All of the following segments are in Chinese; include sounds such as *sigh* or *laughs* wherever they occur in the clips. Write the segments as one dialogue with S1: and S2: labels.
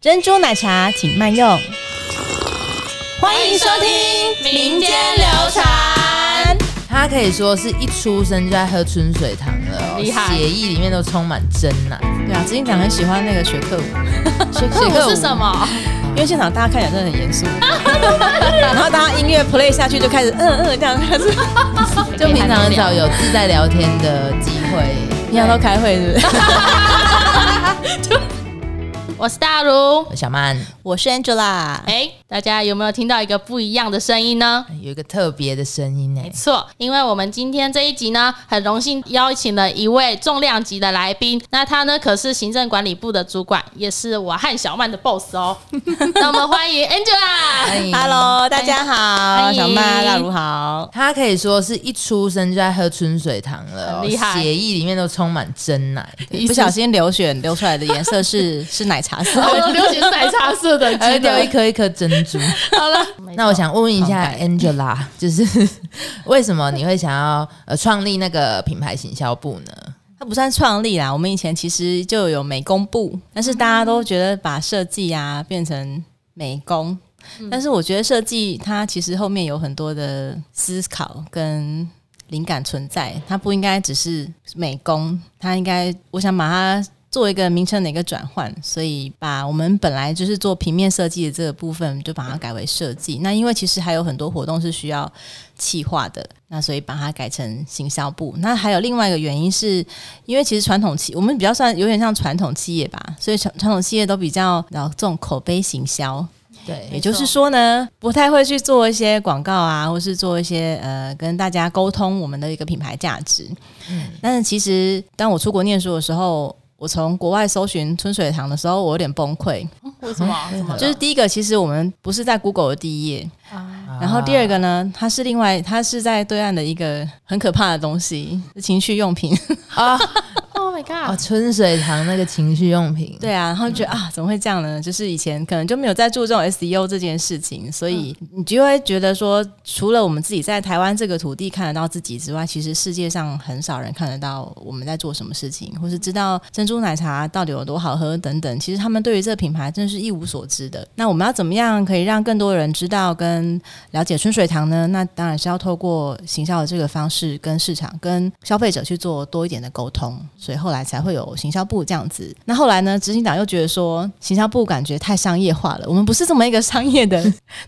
S1: 珍珠奶茶请慢用。欢迎收
S2: 听民间流传。
S3: 他可以说是一出生就在喝春水堂了、哦，
S2: 厉害
S3: 血液里面都充满真奶。
S1: 对啊，执行长很喜欢那个学 *laughs* 课舞，
S3: 学
S2: 这个是什？么？
S1: 因为现场大家看起来真的很严肃，然后大家音乐 play 下去就开始嗯嗯这样开始，
S3: 就平常很少有自在聊天的机会。
S1: 你想到开会是不是？
S2: 我是大如。
S3: 小曼
S1: 我是 Angela，
S2: 哎、大家有没有听到一个不一样的声音呢？
S3: 有一个特别的声音呢
S2: 没，错，因为我们今天这一集呢，很荣幸邀请了一位重量级的来宾。那他呢，可是行政管理部的主管，也是我和小曼的 boss 哦。那我们欢
S1: *laughs*
S2: 迎 Angela。
S3: 欢迎
S1: Hello，大家好，
S2: 欢迎
S1: 小曼、大如好。
S3: 他可以说是一出生就在喝春水堂了、哦，
S2: 很厉害
S3: 血液里面都充满真奶。
S1: 不小心流血流出来的颜色是是奶茶色。
S2: 我流行奶茶色的，
S3: 还会
S2: 记
S3: 掉
S2: 得
S3: 一颗一颗珍珠。
S2: 好了。
S3: 那我想问一下
S1: 好
S3: Angela，就是 *laughs* 为什么你会想要呃创立那个品牌行销部呢？
S1: 它不算创立啦，我们以前其实就有美工部，但是大家都觉得把设计啊变成美工，但是我觉得设计它其实后面有很多的思考跟灵感存在，它不应该只是美工，它应该我想把它。做一个名称的一个转换，所以把我们本来就是做平面设计的这个部分，就把它改为设计。那因为其实还有很多活动是需要企划的，那所以把它改成行销部。那还有另外一个原因是，因为其实传统企我们比较算有点像传统企业吧，所以传传统企业都比较然后这种口碑行销，也
S3: 对，
S1: 就是说呢，不太会去做一些广告啊，或是做一些呃跟大家沟通我们的一个品牌价值。但是其实当我出国念书的时候。我从国外搜寻春水堂的时候，我有点崩溃。
S2: 为什么？怎么了
S1: 就是第一个，其实我们不是在 Google 的第一页，
S3: 啊
S1: 然后第二个呢，它是另外，它是在对岸的一个很可怕的东西——情趣用品。
S3: 啊
S2: ？Oh my
S3: 哦，
S2: god！
S3: 春水堂那个情趣用品，
S1: 对啊，然后就觉得、啊，怎么会这样呢？就是以前可能就没有在注重 SEO 这件事情，所以你就会觉得说，除了我们自己在台湾这个土地看得到自己之外，其实世界上很少人看得到我们在做什么事情，或是知道珍珠奶茶到底有多好喝等等。其实他们对于这个品牌真的是一无所知的。那我们要怎么样可以让更多人知道跟了解春水堂呢？那当然是要透过行销的这个方式，跟市场、跟消费者去做多一点的沟通，所以后来才会有行销部这样子。那后来呢，执行长又觉得说，行销部感觉太商业化了，我们不是这么一个商业的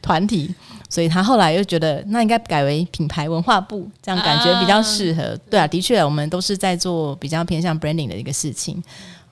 S1: 团体，所以他后来又觉得，那应该改为品牌文化部，这样感觉比较适合。对啊，的确，我们都是在做比较偏向 branding 的一个事情。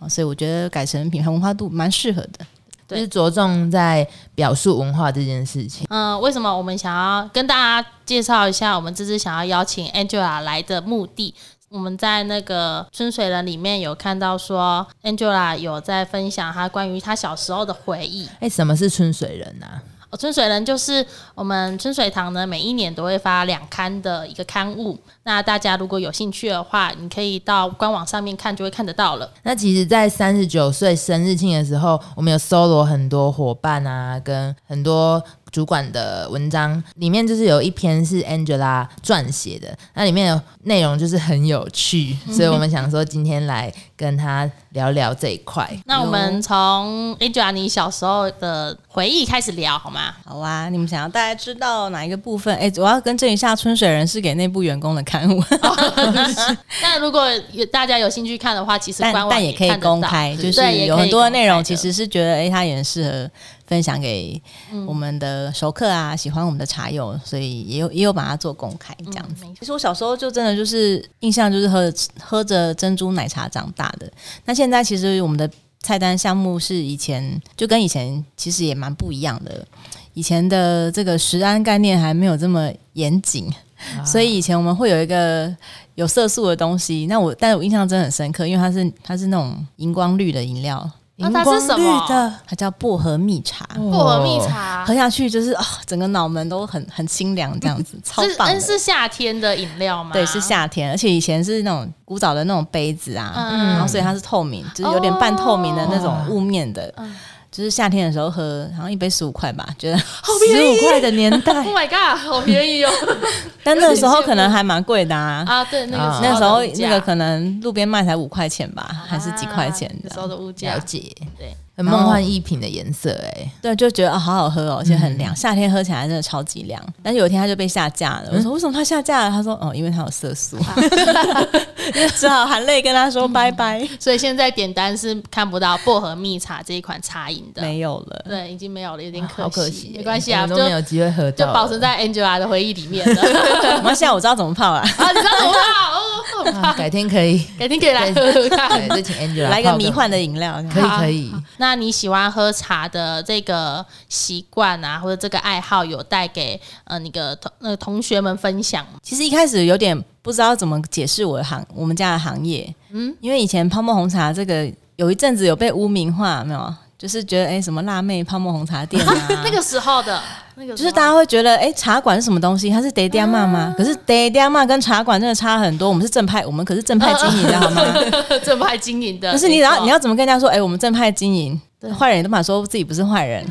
S1: 哦所以我觉得改成品牌文化部蛮适合的。
S3: 就
S2: 对
S3: 是着重在表述文化这件事情。
S2: 嗯，为什么我们想要跟大家介绍一下，我们这次想要邀请 Angela 来的目的？我们在那个春水人里面有看到说，Angela 有在分享她关于她小时候的回忆。
S3: 哎、什么是春水人啊？
S2: 哦，春水人就是我们春水堂呢，每一年都会发两刊的一个刊物。那大家如果有兴趣的话，你可以到官网上面看，就会看得到了。
S3: 那其实，在三十九岁生日庆的时候，我们有搜罗很多伙伴啊，跟很多主管的文章，里面就是有一篇是 Angela 撰写的，那里面有内容就是很有趣，
S2: 嗯
S3: 所以我们想说今天来跟他聊聊这一块。
S2: 那我们从 Angela 你小时候的回忆开始聊好吗？
S1: 好啊，你们想要大家知道哪一个部分？哎、我要更正一下，春水人是给内部员工的刊物， *laughs*
S2: 哦 *laughs* 那如果有大家有兴趣看的话，其实
S1: 但
S2: 官网
S1: 但也可以
S2: 看得到
S1: 公开，就是
S2: 对也可以
S1: 有很多内
S2: 公
S1: 容
S2: 开的
S1: 其实是觉得，哎、它也很适合分享给我们的熟客啊，喜欢我们的茶友，所以也有也有把它做公开这样子。
S2: 嗯没错
S1: 其实我小时候就真的就是印象就是喝喝着珍珠奶茶长大的。那现在其实我们的菜单项目是以前就跟以前其实也蛮不一样的。以前的这个食安概念还没有这么严谨，
S2: 啊
S1: 所以以前我们会有一个有色素的东西。那我，但我印象真的很深刻，因为它是它是那种荧光绿的饮料，
S2: 那它是什么哦
S3: 荧光绿的
S1: 它叫薄荷蜜茶，
S2: 薄荷蜜茶
S1: 喝。下去就是啊、整个脑门都很很清凉，这样子超
S2: 是
S1: 棒
S2: 嗯
S1: 的。
S2: 是夏天的饮料吗？
S1: 对，是夏天，而且以前是那种古早的那种杯子啊，
S2: 嗯
S1: 然后所以它是透明，就是有点半透明的那种
S3: 哦
S1: 雾面的，就是夏天的时候喝，然后一杯十五块吧，觉得
S3: 十五块的年代
S2: Oh，my Oh god，好
S1: *laughs*
S2: 便宜哦！
S1: 但那个时候可能还蛮贵的啊。
S2: 啊，对，那
S3: 啊
S2: 个
S1: 那时候
S2: 的物价
S1: 那个可能路边卖才五块钱吧，还是几块钱
S2: 啊那
S1: 的
S2: 时。候的物价
S3: 了。解。
S2: 对，
S3: 很梦幻一品的颜色哎、
S1: 对，就觉得、啊好好喝哦，而且很凉，夏天喝起来真的超级凉。但是有一天它就被下架了，我说为什么它下架了？他说哦，因为它有色素， *laughs* 只好含泪跟他说拜拜，
S2: 所以现在点单是看不到薄荷蜜茶这一款茶饮的，
S1: 没啊有了。 *laughs*
S2: 对，啊已经没有了，有点
S3: 好可惜欸，
S2: 没关系啊，
S3: 我
S2: 就
S3: 们都没有机会喝
S2: 就
S3: 到了，
S2: 保存在 Angela 的回忆里面了。 *laughs*
S1: 那现在我知道怎么泡了，
S2: 啊，你知道怎么办？哦，很
S1: *laughs*
S3: 啊，
S2: 棒
S3: 改天可以，
S2: 改天可以来喝喝
S3: 对，
S2: 看。
S3: 就请 Angela
S1: 来个迷
S3: 泡
S1: 幻的饮料。
S3: 可以可以，
S2: 那你喜欢喝茶的这个习惯啊，或者这个爱好，有带给呃你的同那个同学们分享吗？
S1: 其实一开始有点不知道怎么解释我的行我们家的行业，嗯，因为以前泡沫红茶这个有一阵子有被污名化，有没有？就是觉得哎、诶什么辣妹泡沫红茶店啊，
S2: *laughs* *laughs* 那个时候的，那
S1: *laughs*
S2: 个
S1: 就是大家会觉得，哎、茶馆是什么东西？它是 day d a m a
S2: 啊
S1: 吗？可是 day d a m a 跟茶馆真的差很多。我们是正派，我们可是正派经营的好
S2: *laughs*
S1: 吗？
S2: 家正派经营的，
S1: 可是你
S2: 没
S1: 要
S2: 错
S1: 你要怎么跟人家说？哎、我们正派经营，坏人都嘛说自己不是坏
S2: *laughs*
S1: 人，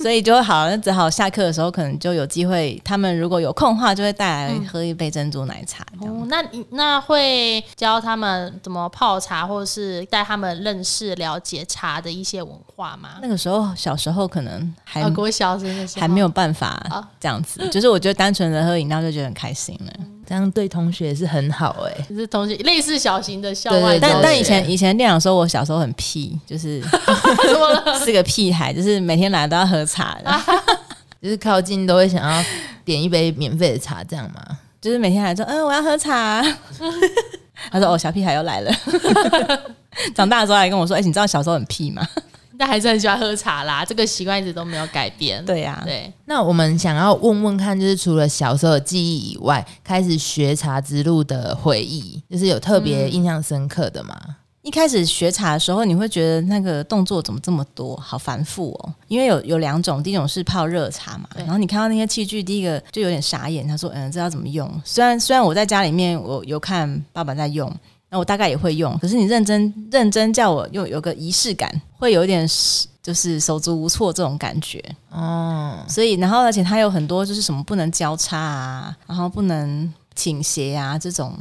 S1: 所以就会好，那只好下课的时候可能就有机会，他们如果有空的话，就会带来
S2: 嗯
S1: 喝一杯珍珠奶茶。这样
S2: 哦，那你那会教他们怎么泡茶，或者是带他们认识、了解茶的一些文化吗？
S1: 那个时候小时候可能还、
S2: 啊，国小生的时候
S1: 还没有办法
S2: 啊
S1: 这样子，就是我觉得单纯的喝饮料就觉得很开心了。
S2: 嗯
S3: 这样对同学是很好哎、
S2: 就是同学类似小型的校
S3: 对
S2: 外
S3: 对
S2: 教
S1: 但
S2: 学，
S3: 了
S1: 但
S3: 解
S1: 以前以前店长说我小时候很屁，就是
S2: *laughs*
S1: *laughs* 是个屁孩，就是每天来都要喝茶的，
S2: 啊
S3: 就是靠近都会想要点一杯免费的茶，这样吗？
S1: *laughs* 就是每天来说，嗯，我要喝茶。 *laughs* 他说：“哦，小屁孩又来了。” *laughs* 长大的时候还跟我说：“哎、你知道小时候很屁吗 *laughs*
S2: 但还是很喜欢喝茶啦，这个习惯一直都没有改变。？”
S1: 对啊呀、
S2: 对，
S3: 那我们想要问问看，就是除了小时候的记忆以外，开始学茶之路的回忆，就是有特别印象深刻的吗？
S1: 一开始学茶的时候，你会觉得那个动作怎么这么多，好繁复哦。因为有有两种，第一种是泡热茶嘛，
S2: 对
S1: 然后你看到那些器具，第一个就有点傻眼，他说：“嗯，这要怎么用？”虽然虽然我在家里面我有看爸爸在用，那我大概也会用，可是你认真认真叫我用，有个仪式感，会有一点就是手足无措这种感觉。
S3: 哦，
S1: 所以，然后而且它有很多就是什么不能交叉啊，然后不能倾斜啊这种，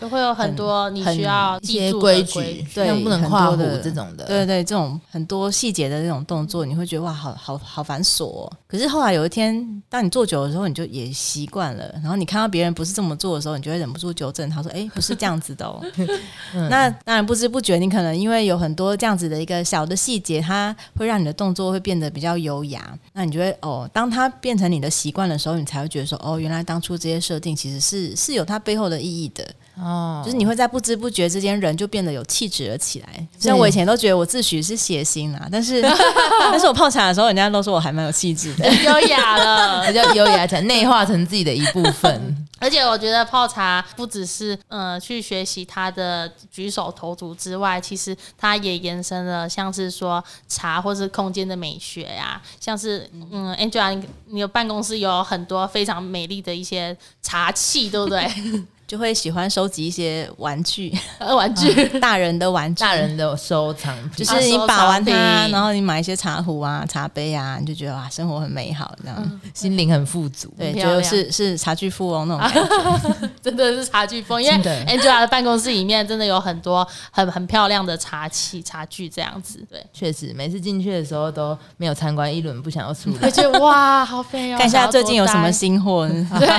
S2: 就会有很多你需要
S3: 一
S2: 记
S3: 些
S2: 住的
S3: 规
S2: 矩
S3: 矩，，
S1: 对
S3: 像不能
S1: 很
S3: 跨湖
S1: 多的
S3: 这种的，
S1: 对对，这种很多细节的这种动作，你会觉得哇，好好好繁琐、哦。可是后来有一天，当你做久的时候，你就也习惯了。然后你看到别人不是这么做的时候，你就会忍不住纠正他说：“哎，不是这样子的哦。那当然不知不觉，你可能因为有很多这样子的一个小的细节，它会让你的动作会变得比较优雅。那你就会哦，当它变成你的习惯的时候，你才会觉得说：哦，原来当初这些设定其实是是有它背后的意义的。
S3: 哦，
S1: 就是你会在不知不觉之间，人就变得有气质了起来。虽然我以前都觉得我自诩是谐星啊，但
S2: *laughs*
S1: 是但是我泡茶的时候，人家都说我还蛮有气质的。
S2: *laughs* 优雅了。
S3: 比较优雅，才内化成自己的一部 *laughs* 分。
S2: 而且我觉得泡茶不只是呃去学习它的举手投足之外，其实它也延伸了像是说茶或是空间的美学呀、像是嗯，Angela，你你的办公室有很多非常美丽的一些茶器，对不对？
S1: 就会喜欢收集一些玩具，
S2: 呃玩具，
S1: 大人的玩具，
S3: 大人的收藏
S1: 就
S3: 品，
S1: 是你把玩
S2: 啊收藏
S1: 它，
S2: 品
S1: 然后你买一些茶壶啊、茶杯啊，你就觉得哇，生活很美好这样。
S3: 心灵很富足。
S1: 对，
S2: 嗯很漂
S1: 就
S2: 亮
S1: 是是茶具富翁那种感觉。
S2: *laughs* 真的是茶具风，因为
S3: 真的
S2: Angela 的办公室里面真的有很多很很漂亮的茶器、茶具这样子，对，
S3: 确实，每次进去的时候都没有参观一轮，不想要出来
S2: 就。觉得哇，好美哦！
S1: 看一下最近有什么
S2: 想
S1: 新货，
S2: 要多待，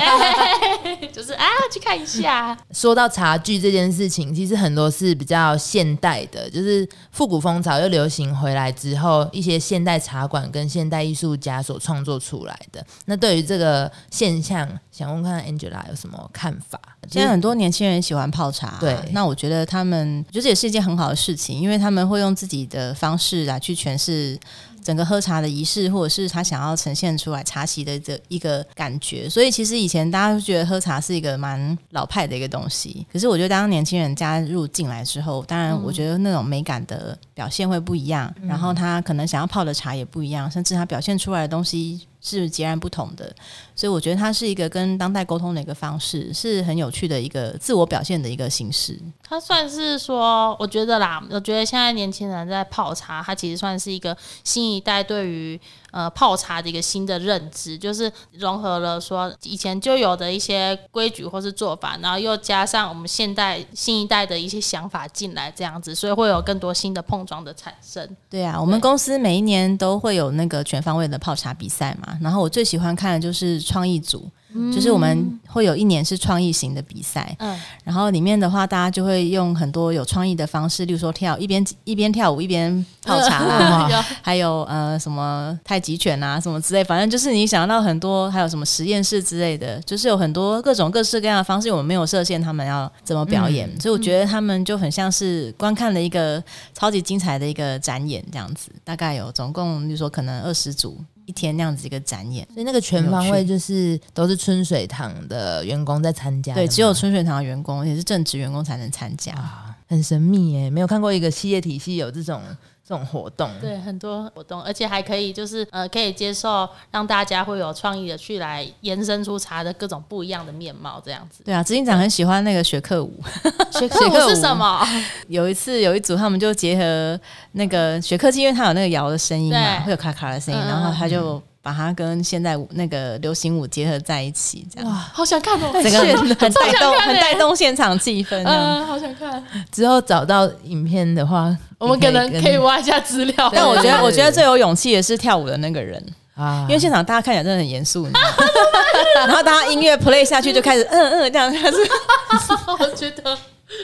S2: *laughs* 对，就是啊，去看一下，
S3: 说到茶具这件事情，其实很多是比较现代的，就是复古风潮又流行回来之后，一些现代茶馆跟现代艺术家所创作出来的。那对于这个现象，想问看 Angela 有什么看法？
S1: 现在很多年轻人喜欢泡茶啊、
S3: 对
S1: 那我觉得他们觉得这也是一件很好的事情，因为他们会用自己的方式来去诠释整个喝茶的仪式，或者是他想要呈现出来茶席的这一个感觉。所以其实以前大家都觉得喝茶是一个蛮老派的一个东西，可是我觉得当年轻人加入进来之后，当然我觉得那种美感的表现会不一样，然后他可能想要泡的茶也不一样，甚至他表现出来的东西。是截然不同的。所以我觉得它是一个跟当代沟通的一个方式，是很有趣的一个自我表现的一个形式。
S2: 它算是说，我觉得啦，我觉得现在年轻人在泡茶，它其实算是一个新一代对于呃泡茶的一个新的认知，就是融合了说以前就有的一些规矩或是做法，然后又加上我们现代新一代的一些想法进来，这样子，所以会有更多新的碰撞的产生。
S1: 对啊，我们公司每一年都会有那个全方位的泡茶比赛嘛，然后我最喜欢看的就是创意组，就是我们会有一年是创意型的比赛，
S2: 嗯，
S1: 然后里面的话，大家就会用很多有创意的方式，例如说跳一边一边跳舞一边泡茶 *laughs*
S2: *laughs*
S1: 啦，
S2: 有
S1: 还有呃什么太极拳啊什么之类，反正就是你想到很多，还有什么实验室之类的，就是有很多各种各式各样的方式，我们没有设限他们要怎么表演，所以我觉得他们就很像是观看了一个超级精彩的一个展演这样子，大概有总共，例如说可能二十组一天那样子一个展演。
S3: 所以那个全方
S1: 很有
S3: 位就是都是春水堂的员工在参加的
S1: 对，
S3: 吗，
S1: 只有春水堂的员工，也是正职员工才能参加。
S3: 啊，很神秘耶，没有看过一个企业体系有这种这种活动。
S2: 对，很多活动，而且还可以就是呃，可以接受让大家会有创意的去来延伸出茶的各种不一样的面貌，这样子。
S1: 对啊，执行长很喜欢那个学课舞，
S2: 学课舞是什么？
S1: 有一次有一组他们就结合那个学科技，因为它有那个摇的声音嘛，
S2: 对
S1: 会有咔咔的声音，
S2: 嗯
S1: 然后他就把它跟现代舞那个流行舞结合在一起，这样
S2: *laughs* 好想看哦！
S1: 整个很很带
S2: 超想
S1: 动
S2: 看的
S1: 很
S2: 欸
S1: 带动现场气氛这样。
S2: 嗯，好想看。
S3: 之后找到影片的话，
S2: 我们
S3: 你
S2: 可能
S3: 跟
S2: 可以挖一下资料。
S1: 但我觉
S3: 对对
S1: 得，
S3: 对
S1: 我觉得最有勇气的是跳舞的那个人，
S3: 啊，
S1: 因为现场大家看起来真的很严肃，你知道
S2: *laughs*
S1: 吗然后大家音乐 play 下去就开始嗯嗯这样，开始
S2: *laughs* 我觉得，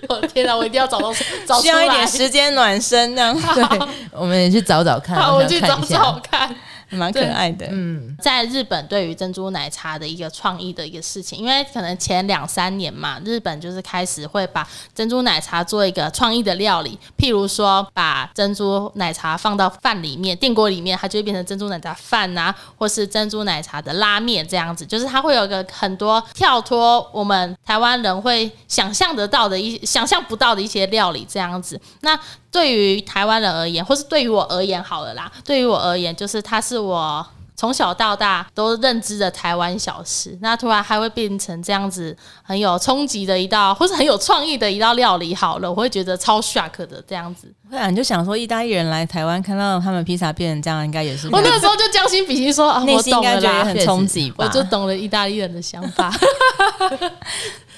S2: 我的天哪，我一定要找到找出
S1: 需要
S2: 来。
S1: 一点
S2: *laughs*
S1: 时间暖身，这样
S3: 对，我们也去找找看，
S2: 好，我
S3: 想
S2: 去
S3: 看
S2: 找
S3: 一下
S2: 找看。
S1: 蛮可爱的。
S3: 嗯，
S2: 在日本对于珍珠奶茶的一个创意的一个事情，因为可能前两三年嘛，日本就是开始会把珍珠奶茶做一个创意的料理，譬如说把珍珠奶茶放到饭里面，电锅里面，它就会变成珍珠奶茶饭啊，或是珍珠奶茶的拉面这样子，就是它会有一个很多跳脱我们台湾人会想象得到的一想象不到的一些料理这样子。那对于台湾人而言，或是对于我而言好了啦，对于我而言，就是它是我从小到大都认知的台湾小吃，那突然还会变成这样子很有冲击的一道，或是很有创意的一道料理，好了，我会觉得超 shock 的这样子。
S1: 会啊，你就想说，意大利人来台湾看到他们披萨变成这样，应该也是
S2: 哦我那个时候就将心比心说，啊，
S1: 嗯内
S2: 我
S1: 心应
S2: 懂
S1: 该
S2: 了
S1: 觉得也
S2: 啦，
S1: 很冲击吧
S2: 我。就懂了意大利人的想法。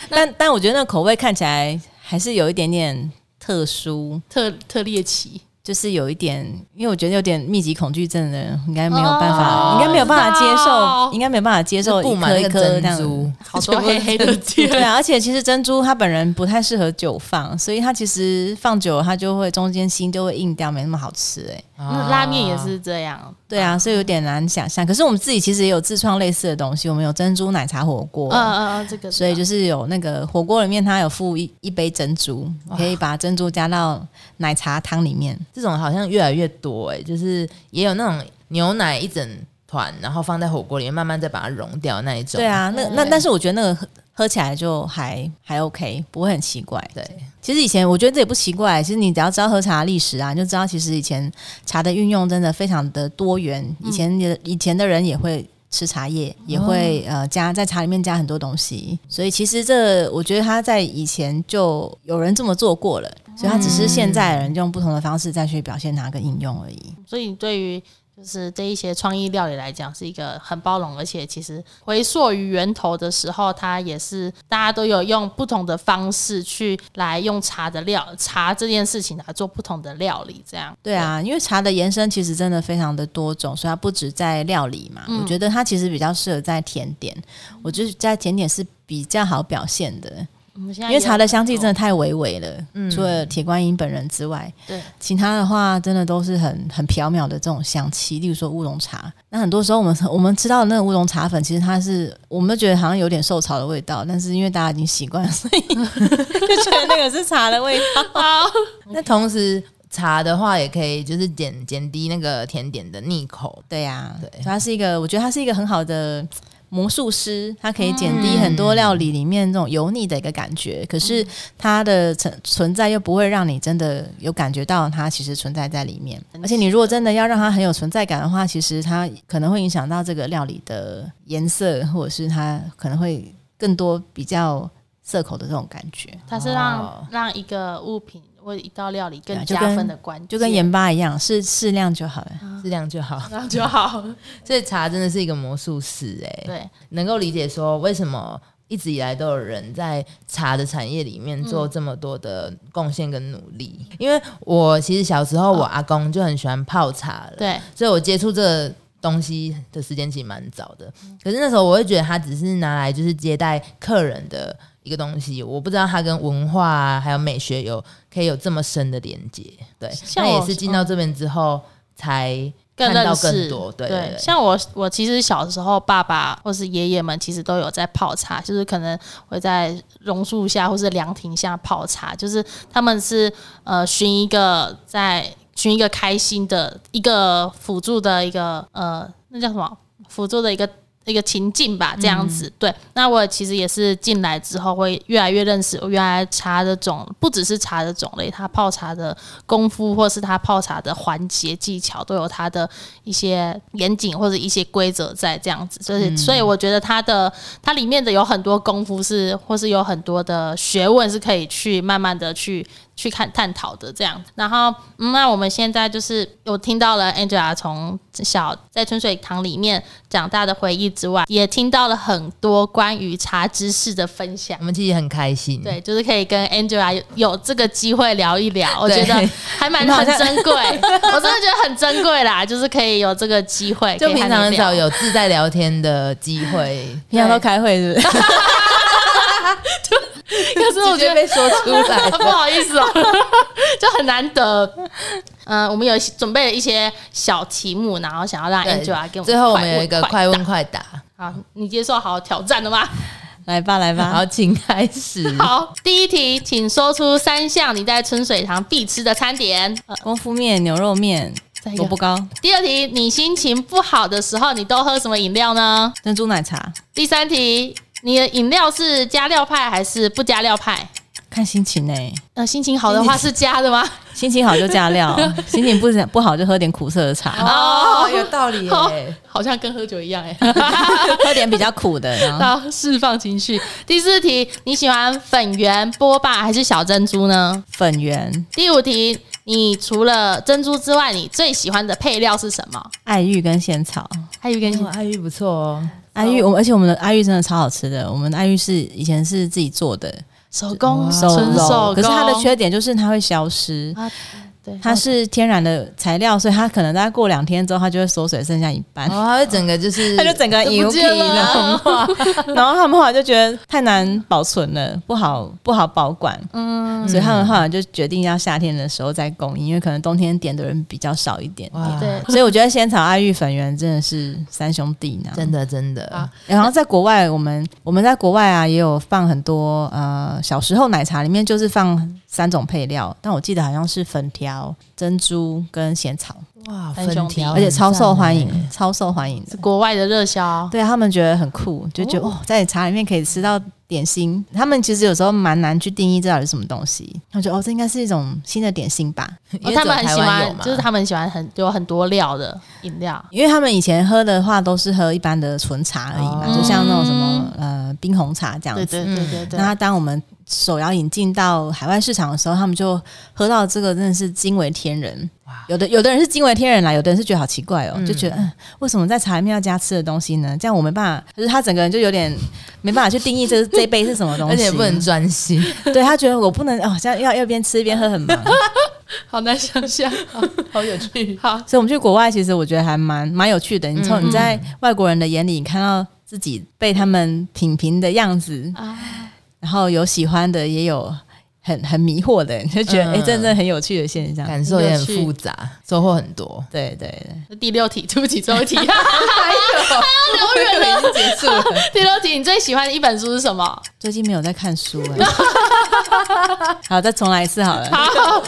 S1: 但但我觉得那个口味看起来还是有一点点特殊，
S2: 特特猎奇，
S1: 就是有一点，因为我觉得有点密集恐惧症的人应该没有办法，
S2: 哦
S1: 应该没有办法接
S2: 知道
S1: 受，应该没有办法接受
S3: 布
S1: 一
S3: 满
S1: 颗
S3: 那
S1: 一
S3: 个
S1: 颗这
S3: 珍
S1: 样。
S3: 珠，
S2: 好多黑黑的
S1: 对
S2: 点。
S1: 啊，而且其实珍珠它本人不太适合久放，所以它其实放久了它就会中间心就会硬掉，没那么好吃哎、
S2: 那拉面也是这样，
S1: 对啊，所以有点难想象。可是我们自己其实也有自创类似的东西，我们有珍珠奶茶火锅，
S2: 嗯嗯嗯，这个
S1: 所以就是有那个火锅里面，它有附一一杯珍珠，可以把珍珠加到奶茶汤里面。
S3: 这种好像越来越多哎、就是也有那种牛奶一整团，然后放在火锅里面，慢慢再把它融掉那一种。嗯
S1: 对，啊，那那
S2: 对
S1: 但是我觉得那个喝喝起来就还还 OK，不会很奇怪。
S3: 对，
S1: 其实以前我觉得这也不奇怪，其实你只要知道喝茶的历史啊，你就知道其实以前茶的运用真的非常的多元。
S3: 嗯
S1: 以前的、以前的人也会吃茶叶，
S3: 哦
S1: 也会、呃加在茶里面加很多东西，所以其实这我觉得他在以前就有人这么做过了，所以他只
S3: 嗯
S1: 是现在人用不同的方式再去表现它跟应用而已。
S2: 所以对于就是这一些创意料理来讲，是一个很包容，而且其实回溯于源头的时候，它也是大家都有用不同的方式去来用茶的料茶这件事情来做不同的料理，这样
S1: 对啊，因为茶的延伸其实真的非常的多种，所以它不止在料理嘛，我觉得它其实比较适合在甜点，我觉得在甜点是比较好表现的。
S2: 我们现在
S1: 因为茶的香气真的
S2: 的
S1: 太唯唯了，除了铁观音本人之外，
S2: 对
S1: 其他的话真的都是很很缥缈的这种香气。例如说乌龙茶，那很多时候我们 *laughs* 我们吃到的那个乌龙茶粉，其实它是我们都觉得好像有点受潮的味道，但是因为大家已经习惯了，所以 *laughs* 就觉得那个是茶的味道。 *laughs*
S3: 那同时茶的话，也可以就是减减低那个甜点的腻口。
S1: 对呀、啊
S3: 对
S1: 所以它是一个，我觉得它是一个很好的。魔术师，它可以减低很多料理里面这种油腻的一个感觉，可是它的存存在又不会让你真的有感觉到它其实存在在里面。嗯而且你如果真的要让它很有存在感的话，其实它可能会影响到这个料理的颜色，或者是它可能会更多比较涩口的这种感觉。
S2: 它是让、
S3: 哦
S2: 让一个物品或一道料理
S1: 对
S2: 更
S1: 啊就
S2: 加
S1: 跟
S2: 分的关键，
S1: 就跟盐巴一样，是哦适量就好了。
S3: 适量就好。 *laughs*
S2: 那就好。
S3: 所以茶真的是一个魔术师哎、
S2: 对，
S3: 能够理解说为什么一直以来都有人在茶的产业里面
S1: 嗯
S3: 做这么多的贡献跟努力。因为我其实小时候我阿公就很喜欢泡茶了，
S2: 对，
S3: 所以我接触这个东西的时间其实蛮早的。可是那时候我会觉得它只是拿来就是接待客人的一个东西，我不知道它跟文化、啊、还有美学有可以有这么深的连接。对，
S2: 像
S3: 那
S2: 我嗯
S3: 也是进到这边之后才。
S2: 更
S3: 看
S2: 认
S3: 到
S2: 识
S3: 更多，对对对
S2: 像我，我其实小时候，爸爸或是爷爷们其实都有在泡茶，就是可能会在榕树下或是凉亭下泡茶，就是他们是呃寻一个在寻一个开心的一个辅助的一个呃那叫什么辅助的一个。一个情境吧，这样
S3: 嗯
S2: 子、对。那我其实也是进来之后，会越来越认识原来茶的种，不只是茶的种类，它泡茶的功夫，或是它泡茶的环节技巧，都有它的一些严谨或者一些规则在这样子，所以、所以我觉得它的它里面的有很多功夫是，或是有很多的学问是可以去慢慢的去去看探讨的这样。然后、嗯那我们现在就是我听到了 Angela 从小在春水堂里面长大的回忆之外，也听到了很多关于茶知识的分享
S3: 我。们其实很开心。
S2: 对，就是可以跟 Angela 有有这个机会聊一聊，我觉
S3: 对
S2: 得还蛮
S3: *laughs*
S1: 你们好
S2: 很
S1: 像
S2: 珍贵，我真的觉得很珍贵啦，就是可以有这个机会，
S3: 就
S2: 可以
S3: 平
S2: 和
S3: 常
S2: 你
S3: 很
S2: 聊
S3: 少有自在聊天的机
S2: *laughs*
S3: 会，
S1: 平常都开会是不是？
S2: 可是我觉
S3: 直接
S2: 得
S3: 被说出 *laughs* 来。
S2: 不好意思哦， *laughs* 就很难得。嗯、我们有准备了一些小题目，然后想要让 Angela 给我们
S3: 最后我们有一个
S2: 快
S3: 快
S2: 问
S3: 问快
S2: *laughs*
S3: 答，
S2: 答好，你接受好挑战了吗？
S1: 来吧，来吧，
S3: 好，请开始。
S2: *laughs* 好，第一题，请说出三项你在春水堂必吃的餐点。呃
S1: 功夫面、牛肉面、
S2: 再一个
S1: 萝卜糕、
S2: 第二题，你心情不好的时候，你都喝什么饮料呢？
S1: 珍珠奶茶，
S2: 第三题，你的饮料是加料派还是不加料派？
S1: 看心情呢、
S2: 呃，心情好的话是加的吗？
S1: 心情好就加料，心情不不好就喝点苦涩的茶， *laughs*
S2: 哦
S3: 有道
S2: *laughs*
S3: 理
S2: 好，好像跟喝酒一 *laughs* 样哎、
S1: 喝点比较苦的。然后
S2: 到释放情绪。第四题，你喜欢粉圆、波霸还是小珍珠呢？
S1: 粉圆、
S2: 第五题，你除了珍珠之外，你最喜欢的配料是什么？
S1: 爱玉跟仙草，
S2: 还有一个你喜 *laughs*
S3: 哇，爱玉不错哦，
S1: 爱玉，我们而且我们的爱玉真的超好吃的，我们的爱玉是以前是自己做的，
S2: 手工
S1: 手
S2: 啊纯手工，
S1: 可是它的缺点就是它会消失。
S2: 啊，对，
S1: 它是天然的材料，所以它可能大概过两天之后，它就会缩水，剩下一半
S3: 然，后它会哦整
S1: *laughs*
S3: 个就是
S1: 哎它就整个
S2: 哦就
S1: 油
S2: 不
S1: 皮
S2: 见了啊
S1: 了。
S2: *laughs*
S1: 然后他们后来就觉得太难保存了，不好不好保管，嗯，所以他们后来就决定要夏天的时候再供应，因为可能冬天点的人比较少一点。
S3: 哇，
S2: 对。
S1: *laughs* 所以我觉得仙草、爱玉、粉圆真的是三兄弟呢。
S3: 真的真的
S2: 啊，
S1: 然后在国外，我们我们在国外啊也有放很多呃小时候奶茶里面就是放三种配料，但我记得好像是粉条、珍珠跟仙草，
S3: 哇，
S2: 三
S3: 粉
S2: 兄弟
S3: 条，
S1: 而且超受欢迎，，
S3: 欸
S1: 超受欢迎的
S2: 是。国外的热销，
S1: 对他们觉得很酷，就觉得哦，在茶里面可以吃到点心。他们其实有时候蛮难去定义这到底是什么东西。他们觉得哦，这应该是一种新的点心吧，
S3: 因为
S2: 哦他们
S3: 只
S2: 很
S3: 有台
S2: 喜
S3: 湾有
S2: 欢，
S3: 嘛
S2: 就是他们很喜欢很有很多料的饮料，
S1: 因为他们以前喝的话都是喝一般的纯茶而已嘛，
S3: 哦
S1: 就像那种什么呃冰红茶这样
S2: 对
S1: 子。
S2: 对
S3: 嗯
S2: 对对对。
S1: 那当我们手摇引进到海外市场的时候，他们就喝到这个真的是惊为天人
S3: 哇。
S1: 有的有的人是惊为天人啦，有的人是觉得好奇怪哦，
S3: 嗯
S1: 就觉得、嗯、为什么在茶里面要加吃的东西呢？这样我没办法，就是他整个人就有点 *laughs* 没办法去定义这这杯是什么东西，
S3: 而且不能专心，
S1: 对他觉得我不能哦，好像要要边吃一边喝很忙。
S2: 好难想象，好
S3: 好有趣。
S2: 好
S1: 所以我们去国外，其实我觉得还蛮蛮有趣的。你从
S3: 嗯
S1: 你在外国人的眼里，你看到自己被他们品评的样子，
S2: 啊，
S1: 然后有喜欢的，也有很很迷惑的，你就觉得
S3: 嗯
S1: 哎、诶这真的很有趣的现象。
S3: 感受也很复杂，收获很多。
S1: 对对对，
S2: 第六题，对不起，最后一题，
S3: 还有，
S2: 永远
S3: 已经结束了。
S2: 第六题，你最喜欢的一本书是什么？
S1: *laughs* 最近没有在看书欸了。 *laughs* 好，再重来一次好了。
S2: 好，好，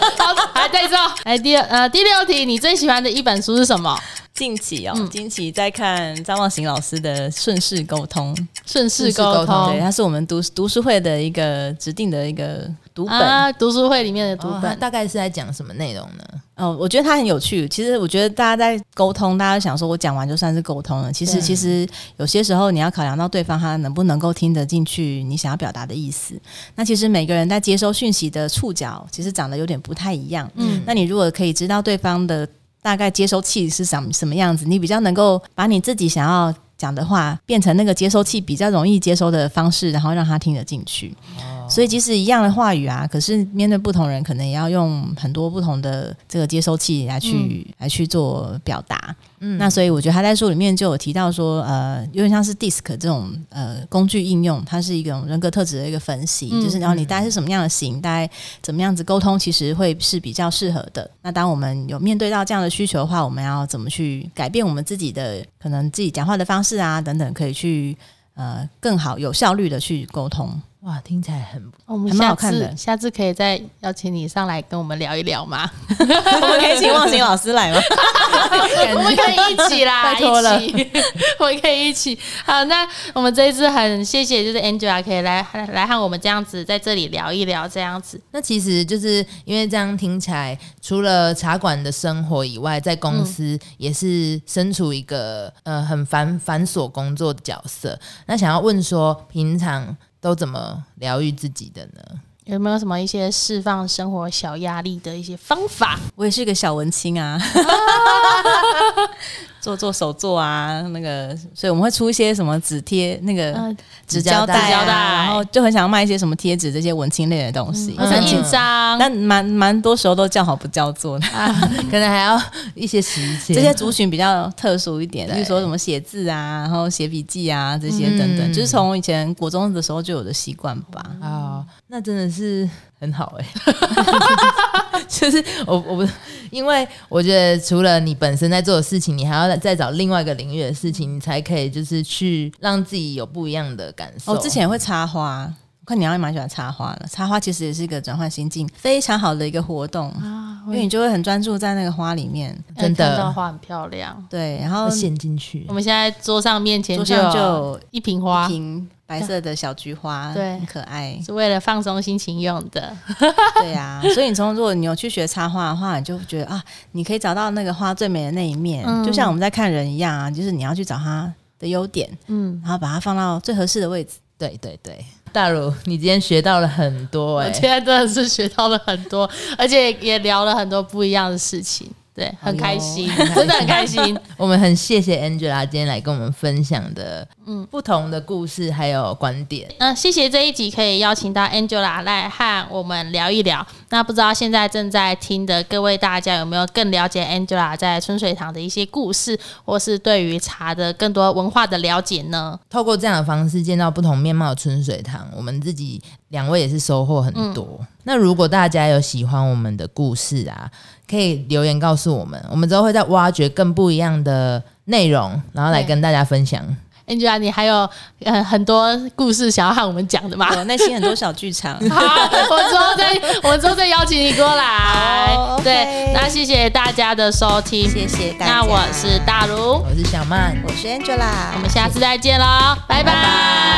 S2: 来再说。来第二呃第六题，你最喜欢的一本书是什么？
S1: 近期哦，近期在看张望行老师的《顺势沟通》，
S2: 顺势
S3: 势沟
S2: 沟
S3: 通
S1: 对，
S2: 通
S1: 它是我们读读书会的一个指定的一个读本。
S2: 啊，读书会里面的读
S3: 哦，它
S2: 本，
S3: 大概是在讲什么内容呢？
S1: 哦，我觉得它很有趣。其实我觉得大家在沟通，大家想说我讲完就算是沟通了。其实
S3: 对
S1: 其实有些时候你要考量到对方他能不能够听得进去你想要表达的意思。那其实每个人在接收讯息的触角其实长得有点不太一样。
S2: 嗯
S1: 那你如果可以知道对方的大概接收器是什么什么样子，你比较能够把你自己想要讲的话变成那个接收器比较容易接收的方式，然后让他听得进去。
S2: 哦
S1: 所以即使一样的话语啊，可是面对不同人，可能也要用很多不同的这个接收器来
S2: 嗯
S1: 去、来去做表达。
S3: 嗯
S1: 那所以我觉得他在书里面就有提到说，呃，有点像是 DISC 这种呃工具应用，它是一种人格特质的一个分析，
S2: 嗯
S1: 就是然后你大概是什么样的型，大概怎么样子沟通，其实会是比较适合的。那当我们有面对到这样的需求的话，我们要怎么去改变我们自己的可能自己讲话的方式啊等等，可以去呃更好有效率的去沟通。
S3: 哇，听起来很不
S2: 我们
S1: 还蛮
S2: 下
S1: 好看
S2: 次
S1: 的
S2: 下次可以再邀请你上来跟我们聊一聊吗？
S1: 我们可以请忘形老师来吗？
S2: *laughs* 我们可以一起
S1: *laughs*
S2: 啦，
S1: 拜托了
S2: 一起， *laughs* 我们可以一起。好，那我们这一次很谢谢，就是 Angela 可以来来来和我们这样子在这里聊一聊，这样子
S3: 那其实就是因为这样听起来，除了茶馆的生活以外，在公司也是身处一个、呃很繁繁琐工作的角色。那想要问说，平常都怎么疗愈自己的呢？
S2: 有没有什么一些释放生活小压力的一些方法？
S1: 我也是个小文青啊，做做手作啊，那个，所以我们会出一些什么纸贴，那个
S2: 嗯、
S1: 纸胶带、啊，
S2: 纸胶带
S1: 然后就很想要卖一些什么贴纸这些文青类的东西，
S2: 或
S3: 嗯
S2: 者
S1: 但
S2: 印章，
S1: 但蛮蛮多时候都叫好不叫座的。
S3: *laughs* 可能还要一些时间。
S1: 这些族群比较特殊一点，
S3: 对
S1: 比如说什么写字啊，然后写笔记啊这些
S3: 嗯
S1: 等等，就是从以前国中的时候就有的习惯吧。
S3: 哦，那真的是很好哎、 *laughs* 就是我我不，因为我觉得除了你本身在做的事情，你还要再找另外一个领域的事情，你才可以就是去让自己有不一样的感受。
S1: 哦，之前也会插花。我看你好像蛮喜欢插花的，插花其实也是一个转换心境非常好的一个活动，
S3: 嗯
S2: 啊，
S1: 因
S2: 我
S1: 为你就会很专注在那个花里面。
S3: 真
S2: 哎看到
S3: 的
S2: 花很漂亮。
S1: 对，然后
S3: 会陷进去
S2: 我，们现在桌上面前
S1: 桌
S2: 就
S1: 上就
S2: 有
S1: 有
S2: 一瓶
S1: 一，
S2: 花
S1: 瓶白色的小菊花，
S2: 对。
S1: 很可爱
S2: 是为了放松心情用的。
S1: 对啊，所以你从如果你有去学插花的话，你就觉得啊，你可以找到那个花最美的那一面，
S2: 嗯
S1: 就像我们在看人一样啊，就是你要去找它的优点，
S2: 嗯，
S1: 然后把它放到最合适的位置。
S3: 对对对。大如，你今天学到了很多哎、
S2: 我今天真的是学到了很多，而且也聊了很多不一样的事情，对，
S1: 好哟
S2: 很开
S1: *laughs*
S2: 心，
S3: 很开心
S2: 真的很开心。
S3: 我们很谢谢 Angela 今天来跟我们分享的，嗯，不同的故事还有观点。
S2: 嗯、谢谢这一集可以邀请到 Angela 来和我们聊一聊。那不知道现在正在听的各位大家有没有更了解 Angela 在春水堂的一些故事，或是对于茶的更多文化的了解呢？
S3: 透过这样的方式见到不同面貌的春水堂，我们自己两位也是收获很多。那如果大家有喜欢我们的故事啊，可以留言告诉我们，我们之后会再挖掘更不一样的内容，然后来
S2: 对
S3: 跟大家分享。
S2: Angela，你还有呃很多故事想要和我们
S1: *laughs*
S2: 讲的吗？
S1: 我内心很多小剧
S2: *laughs*
S1: 场，
S2: 好，我之后再，我之后再邀请你过来。
S1: 好
S2: 对
S1: OK，
S2: 那谢谢大家的收听，
S1: 谢谢大家。
S2: 那我是大如，
S3: 我是小曼，
S1: 我是 Angela，
S2: 我们下次再见喽，拜拜